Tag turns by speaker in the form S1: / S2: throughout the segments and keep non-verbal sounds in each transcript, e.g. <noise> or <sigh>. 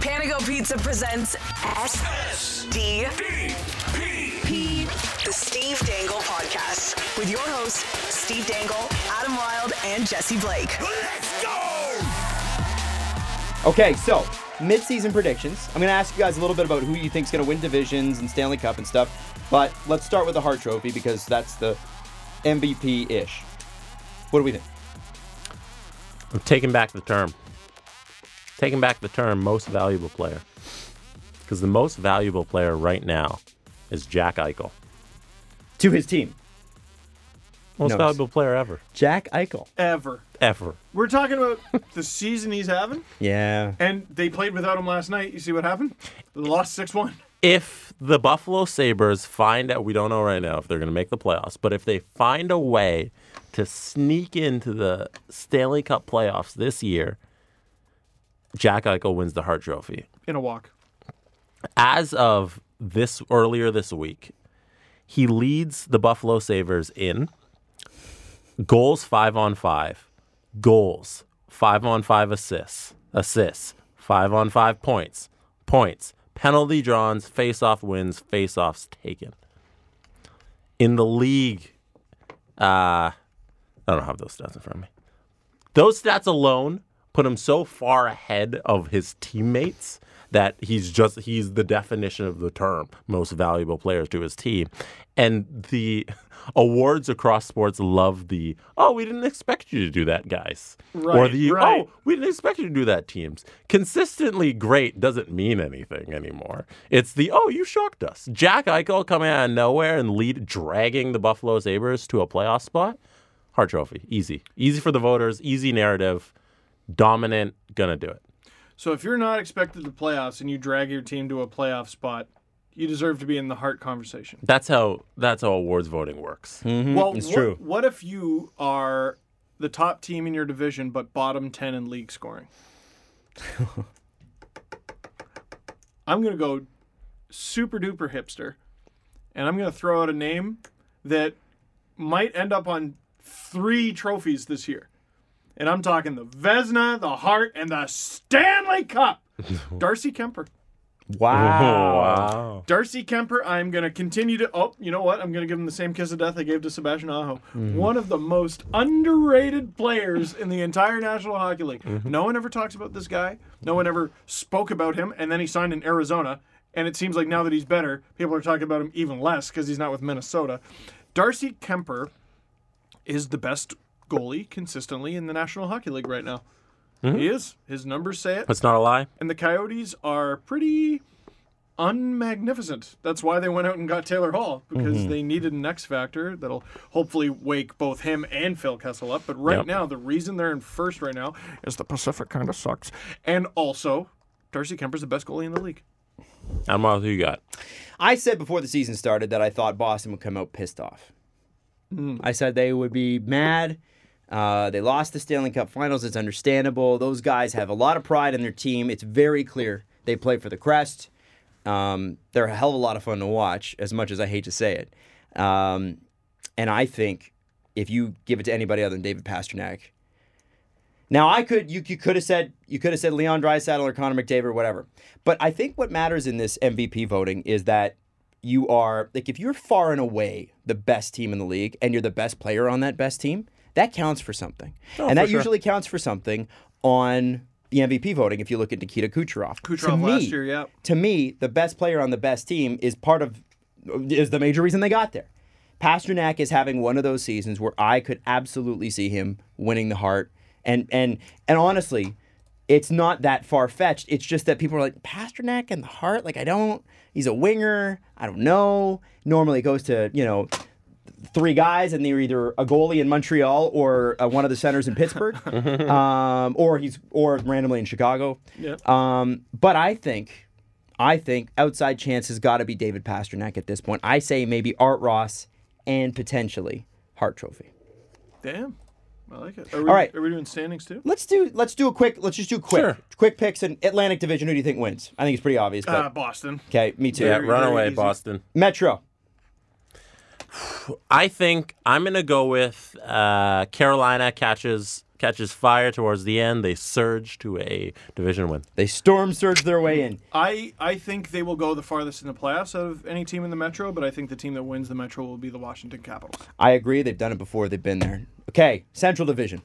S1: Panago Pizza presents SD P, the Steve Dangle Podcast, with your hosts, Steve Dangle, Adam Wilde, and Jesse Blake.
S2: Let's go!
S3: Okay, so mid-season predictions. I'm going to ask you guys a little bit about who you think's going to win divisions and Stanley Cup and stuff. But let's start with the Hart Trophy because that's the MVP-ish. What do we think?
S4: I'm taking back the term. Taking back the term most valuable player. Because the most valuable player right now is Jack Eichel.
S3: To his team,
S4: Most
S3: Nice.
S4: valuable player ever.
S3: Jack Eichel.
S5: Ever.
S4: Ever.
S5: We're talking about the season he's having,
S3: Yeah.
S5: and they played without him last night. You see what happened? They lost 6 1.
S4: If the Buffalo Sabres find out, we don't know right now if they're going to make the playoffs, but if they find a way to sneak into the Stanley Cup playoffs this year, Jack Eichel wins the Hart Trophy.
S5: In a walk.
S4: as of this earlier this week, he leads the Buffalo Sabres in goals five on five, goals five on five assists, assists five on five points, points, penalty drawns, face off wins, face offs taken. In the league, uh, I don't have those stats in front of me. Those stats alone put him so far ahead of his teammates that he's just he's the definition of the term most valuable player to his team. And the <laughs> awards across sports love the oh we didn't expect you to do that guys or
S5: Right,
S4: the
S5: right.
S4: oh we didn't expect you to do that teams consistently great doesn't mean anything anymore it's the oh you shocked us jack eichel coming out of nowhere and lead dragging the buffalo sabres to a playoff spot Hart Trophy. Easy. Easy for the voters, easy narrative. Dominant, gonna do it.
S5: So if you're not expected to playoffs and you drag your team to a playoff spot, you deserve to be in the heart conversation.
S4: That's how that's how awards voting works.
S5: well,
S3: Mm, it's
S5: what,
S3: true.
S5: What if you are the top team in your division, but bottom 10 in
S3: <laughs>
S5: league scoring? I'm going to go super duper hipster, and I'm going to throw out a name that might end up on three trophies this year. And I'm talking the Vesna, the Hart, and the Stanley
S3: <laughs>
S5: Cup. Darcy Kemper.
S4: <laughs> Wow.
S5: Darcy Kemper, I'm going to continue to. Oh, you know what? I'm going to give him the same kiss of death I gave to Sebastian Aho. One of the most underrated players in the entire National Hockey League. No one ever talks about this guy. No one ever spoke about him. And then he signed in Arizona. And it seems like now that he's better, people are talking about him even less because he's not with Minnesota. Darcy Kemper is the best goalie consistently in the National Hockey League right now. He is. His numbers say it.
S4: That's not a lie.
S5: And the Coyotes are pretty unmagnificent. That's why they went out and got Taylor Hall because they needed an X factor that'll hopefully wake both him and Phil Kessel up. But right
S4: Yep.
S5: now, the reason they're in first right now is the Pacific kind of sucks, and also Darcy Kemper's the best goalie in the league.
S4: I'm all who you got.
S3: I said before the season started that I thought Boston would come out pissed off. I said they would be mad. Uh, they lost the Stanley Cup Finals. It's understandable. Those guys have a lot of pride in their team. It's very clear they play for the crest. Um, they're a hell of a lot of fun to watch, as much as I hate to say it. Um, and I think if you give it to anybody other than David Pasternak, now I could you, you could have said you could have said Leon Draisaitl or Connor McDavid or whatever, but I think what matters in this MVP voting is that you are like if you're far and away the best team in the league and you're the best player on that best team, that counts for something,
S5: Oh,
S3: and that usually counts for something on the MVP voting. If you look at Nikita Kucherov,
S5: Kucherov
S3: To
S5: last
S3: me-
S5: year, yeah.
S3: to me, the best player on the best team is part of is the major reason they got there. Pasternak is having one of those seasons where I could absolutely see him winning the heart. And and and honestly, it's not that far fetched. It's just that people are like Pasternak and the heart. Like I don't. He's a winger. I don't know. Normally it goes to you know three guys, and they're either a goalie in Montreal or uh, one of the centers in Pittsburgh, um, or he's or randomly in Chicago. Um, but I think, I think outside chance has got to be David Pasternak at this point. I say maybe Art Ross and potentially Hart Trophy.
S5: Damn, I like it. Are we,
S3: All right.
S5: are we doing standings too?
S3: Let's do let's do a quick let's just do quick
S4: Sure.
S3: quick picks in Atlantic Division. Who do you think wins? I think it's pretty obvious. But,
S5: Uh, Boston.
S3: okay, me too.
S4: Yeah,
S5: Very,
S4: run
S5: very
S4: away,
S5: easy.
S4: Boston.
S3: Metro.
S4: I think I'm gonna go with uh, Carolina catches catches fire towards the end. They surge to a division win.
S3: They storm surge their way in.
S5: I, I think they will go the farthest in the playoffs out of any team in the Metro, but I think the team that wins the Metro will be the Washington Capitals.
S3: I agree. They've done it before. They've been there. Okay, Central Division.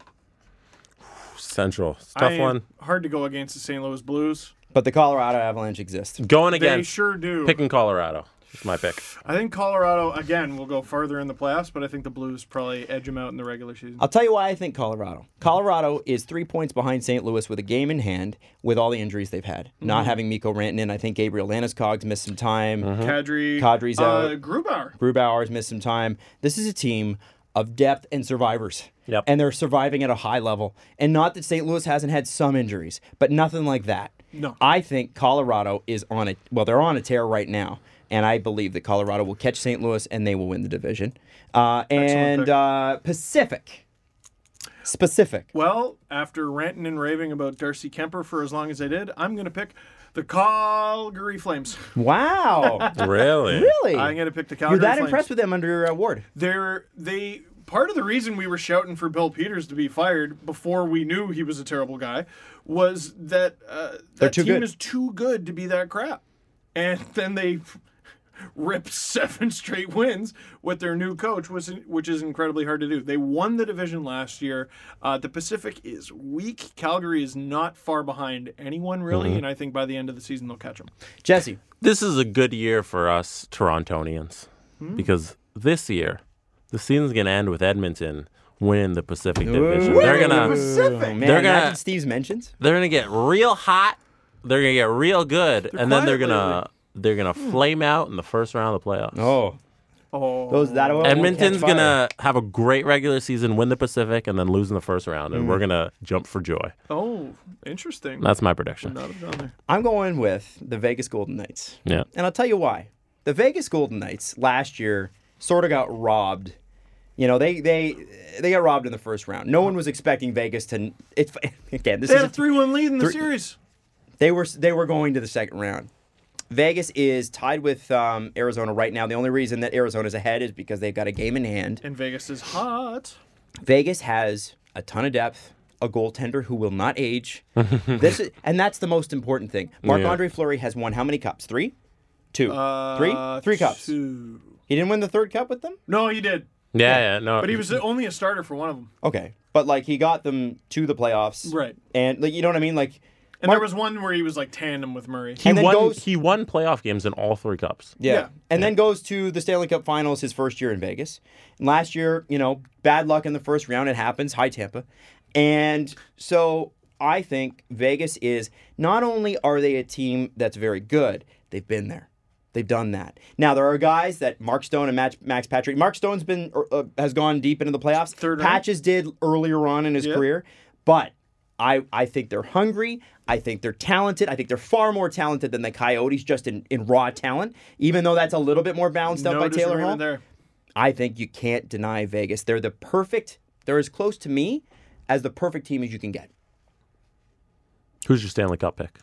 S4: Central, It's a
S5: I
S4: tough
S5: am-
S4: one.
S5: Hard to go against the St. Louis Blues.
S3: But the Colorado Avalanche exists.
S4: Going
S5: They
S4: again.
S5: sure do.
S4: Picking Colorado. It's my pick.
S5: I think Colorado again will go further in the playoffs, but I think the Blues probably edge them out in the regular season.
S3: I'll tell you why I think Colorado. Colorado is three points behind St. Louis with a game in hand with all the injuries they've had. Not having Miko Rantanen. I think Gabriel Landeskog's missed some time.
S5: Kadri,
S3: Kadri's
S5: uh,
S3: out.
S5: Grubauer.
S3: Grubauer's missed some time. This is a team of depth and survivors.
S4: Yep.
S3: And they're surviving at a high level. And not that St. Louis hasn't had some injuries, but nothing like that.
S5: No.
S3: I think Colorado is on a well, they're on a tear right now. And I believe that Colorado will catch St. Louis and they will win the division. Uh, and
S5: pick.
S3: uh, Pacific. Specific.
S5: Well, after ranting and raving about Darcy Kemper for as long as I did, I'm going to pick the Calgary Flames. <laughs>
S3: Wow.
S4: Really?
S3: really?
S5: I'm going to pick the Calgary
S3: You're that
S5: Flames.
S3: impressed with them under uh, Ward.
S5: They're, they part of the reason we were shouting for Bill Peters to be fired before we knew he was a terrible guy was that uh, that
S3: too
S5: team
S3: good.
S5: is too good to be that crap, and <laughs> then they ripped seven <laughs> straight wins with their new coach, which which is incredibly hard to do. They won the division last year. Uh, the Pacific is weak. Calgary is not far behind anyone really,
S3: Mm-hmm.
S5: and I think by the end of the season they'll catch them.
S3: Jesse.
S4: This is a good year for us Torontonians because this year, the season's going to end with Edmonton winning the Pacific Division. They're going to
S3: Pacific. Man,
S4: They're gonna-
S3: imagine Steve's mentions.
S4: they're going to get real hot. They're going to get real good and then they're
S5: quiet
S4: going to they're going to flame out in the first round of the playoffs.
S3: Oh.
S5: Oh,
S3: Those that won't catch
S4: Edmonton's
S3: fire.
S4: gonna have a great regular season, win the Pacific, and then lose in the first round, and we're gonna jump for joy.
S5: oh, interesting.
S4: That's my prediction.
S5: Not down there.
S3: I'm going with the Vegas Golden Knights.
S4: Yeah.
S3: And I'll tell you why. The Vegas Golden Knights last year sort of got robbed. You know, they they they got robbed in the first round. No one was expecting Vegas to it, <laughs> again, this
S5: They
S3: is
S5: had
S3: a
S5: a three-one lead in the series.
S3: They were they were going to the second round. Vegas is tied with um, Arizona right now. The only reason that Arizona's ahead is because they've got a game in hand.
S5: And Vegas is hot.
S3: Vegas has a ton of depth, a goaltender who will not age. this is, and that's the most important thing. Marc Andre Fleury has won how many cups? Three, two, three, three
S5: Uh,
S3: cups.
S5: two.
S3: He didn't win the third cup with them.
S5: No, he did.
S4: Yeah, yeah, no.
S5: But he was only a starter for one of them.
S3: Okay, but like he got them to the playoffs,
S5: Right.
S3: And like, you know what I mean, like.
S5: And
S3: Mark-
S5: there was one where he was like tandem with Murray.
S4: he
S3: and then
S4: won.
S3: goes-
S4: He won playoff games in all three cups.
S3: Yeah.
S5: Yeah.
S3: And then goes to the Stanley Cup Finals his first year in Vegas. And last year, you know, bad luck in the first round. It happens. Hi, Tampa. And so I think Vegas is not only are they a team that's very good, they've been there. They've done that. Now there are guys that Mark Stone and Max, Max Patrick. Mark Stone's been er, uh, has gone deep into the playoffs.
S5: Third round.
S3: Patches did earlier on in his
S5: Yeah.
S3: career, but I I think they're hungry. I think they're talented. I think they're far more talented than the Coyotes just in, in raw talent. Even though that's a little bit more balanced out
S5: no
S3: by Taylor
S5: disagreement
S3: Hall,
S5: there.
S3: I think you can't deny Vegas. They're the perfect. They're as close to me as the perfect team as you can get.
S4: Who's your Stanley Cup pick?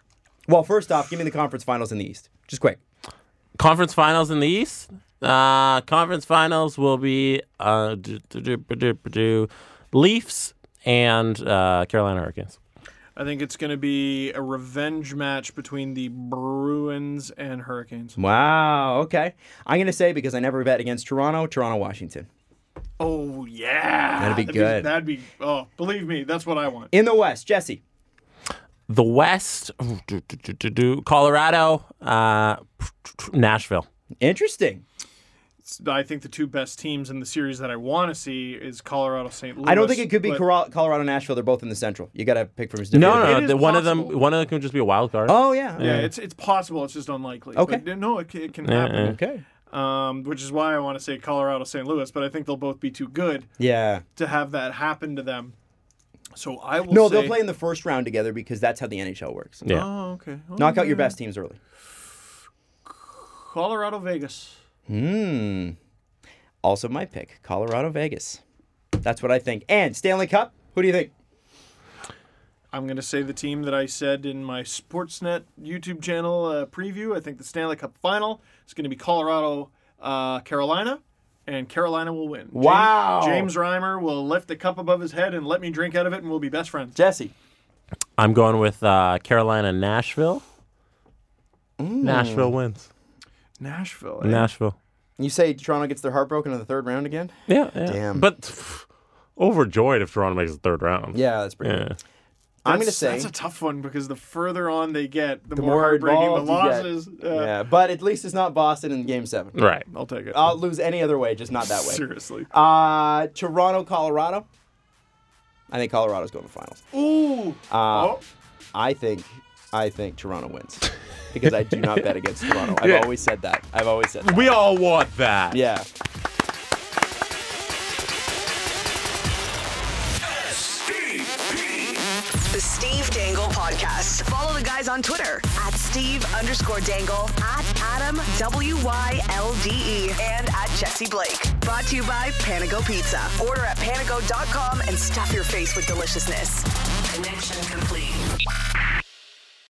S3: Well, first off, give me the conference finals in the East, just quick.
S4: Conference finals in the East. Uh, conference finals will be uh, do- do- do- do- do- do- Leafs and uh, Carolina Hurricanes.
S5: I think it's going to be a revenge match between the Bruins and Hurricanes.
S3: Wow. Okay. I'm gonna say because I never bet against Toronto, Toronto, Washington.
S5: Oh yeah,
S3: That'd be good.
S5: that'd be oh, believe me, that's what I want.
S3: In the West, Jesse.
S4: The West. do- do- do- do- do- Colorado. Uh, Nashville.
S3: Interesting.
S5: I think the two best teams in the series that I want to see is Colorado St. Louis.
S3: I don't think it could be
S5: but-
S3: Coro- Colorado, Nashville. They're both in the Central. You got to pick from.
S4: No, no,
S5: It
S4: no.
S5: is
S4: Uh, the- one of them.
S5: possible.
S4: One of them can just be a wild card.
S3: Oh yeah.
S5: Yeah, it's it's possible. It's just unlikely.
S3: Okay. Uh-uh.
S5: But, no, it, c- it can happen.
S3: Okay.
S5: um, which is why I want to say Colorado St. Louis, but I think they'll both be too good
S3: Yeah.
S5: to have that happen to them. So I will
S3: No,
S5: say,
S3: they'll play in the first round together because that's how the NHL works.
S4: Yeah.
S5: Oh, okay. Oh,
S3: Knock out your best teams early.
S5: Colorado Vegas.
S3: Also, my pick: Colorado, Vegas. That's what I think. And Stanley Cup. Who do you think?
S5: I'm going to say the team that I said in my Sportsnet YouTube channel uh, preview. I think the Stanley Cup final is going to be Colorado uh, Carolina. and Carolina will win. James-
S3: Wow.
S5: James Reimer will lift the cup above his head and let me drink out of it, and we'll be best friends.
S3: Jesse.
S4: I'm going with uh, Carolina Nashville. Mm. Nashville wins.
S5: Nashville. eh?
S4: Nashville.
S3: You say Toronto gets their heart broken in the third round again?
S4: Yeah, yeah.
S3: Damn.
S4: But pff, overjoyed if Toronto makes the third round.
S3: Yeah, that's pretty.
S4: Yeah.
S3: I'm gonna
S5: That's-
S3: say
S5: that's a tough one because the further on they get, the,
S3: the
S5: more
S3: more
S5: heartbreaking the
S3: involved you get.
S5: losses. Uh,
S3: yeah, but at least it's not Boston in Game Seven.
S4: Right.
S5: I'll take <laughs> it.
S3: I'll lose any other way, just not that way.
S5: Seriously.
S3: Uh, Toronto, Colorado. I think Colorado's going to the finals.
S5: Ooh. oh,
S3: I think, I think Toronto wins because I do not bet against Toronto. I've
S4: Yeah.
S3: always said that. I've always said that.
S4: We all want that.
S3: Yeah.
S2: S-T-P.
S1: The Steve Dangle Podcast. Follow the guys on Twitter at Steve underscore Dangle, at Adam W Y L D E, and at Jesse Blake. Brought to you by Panago Pizza. Order at panago.com and stuff your face with deliciousness. Connection complete.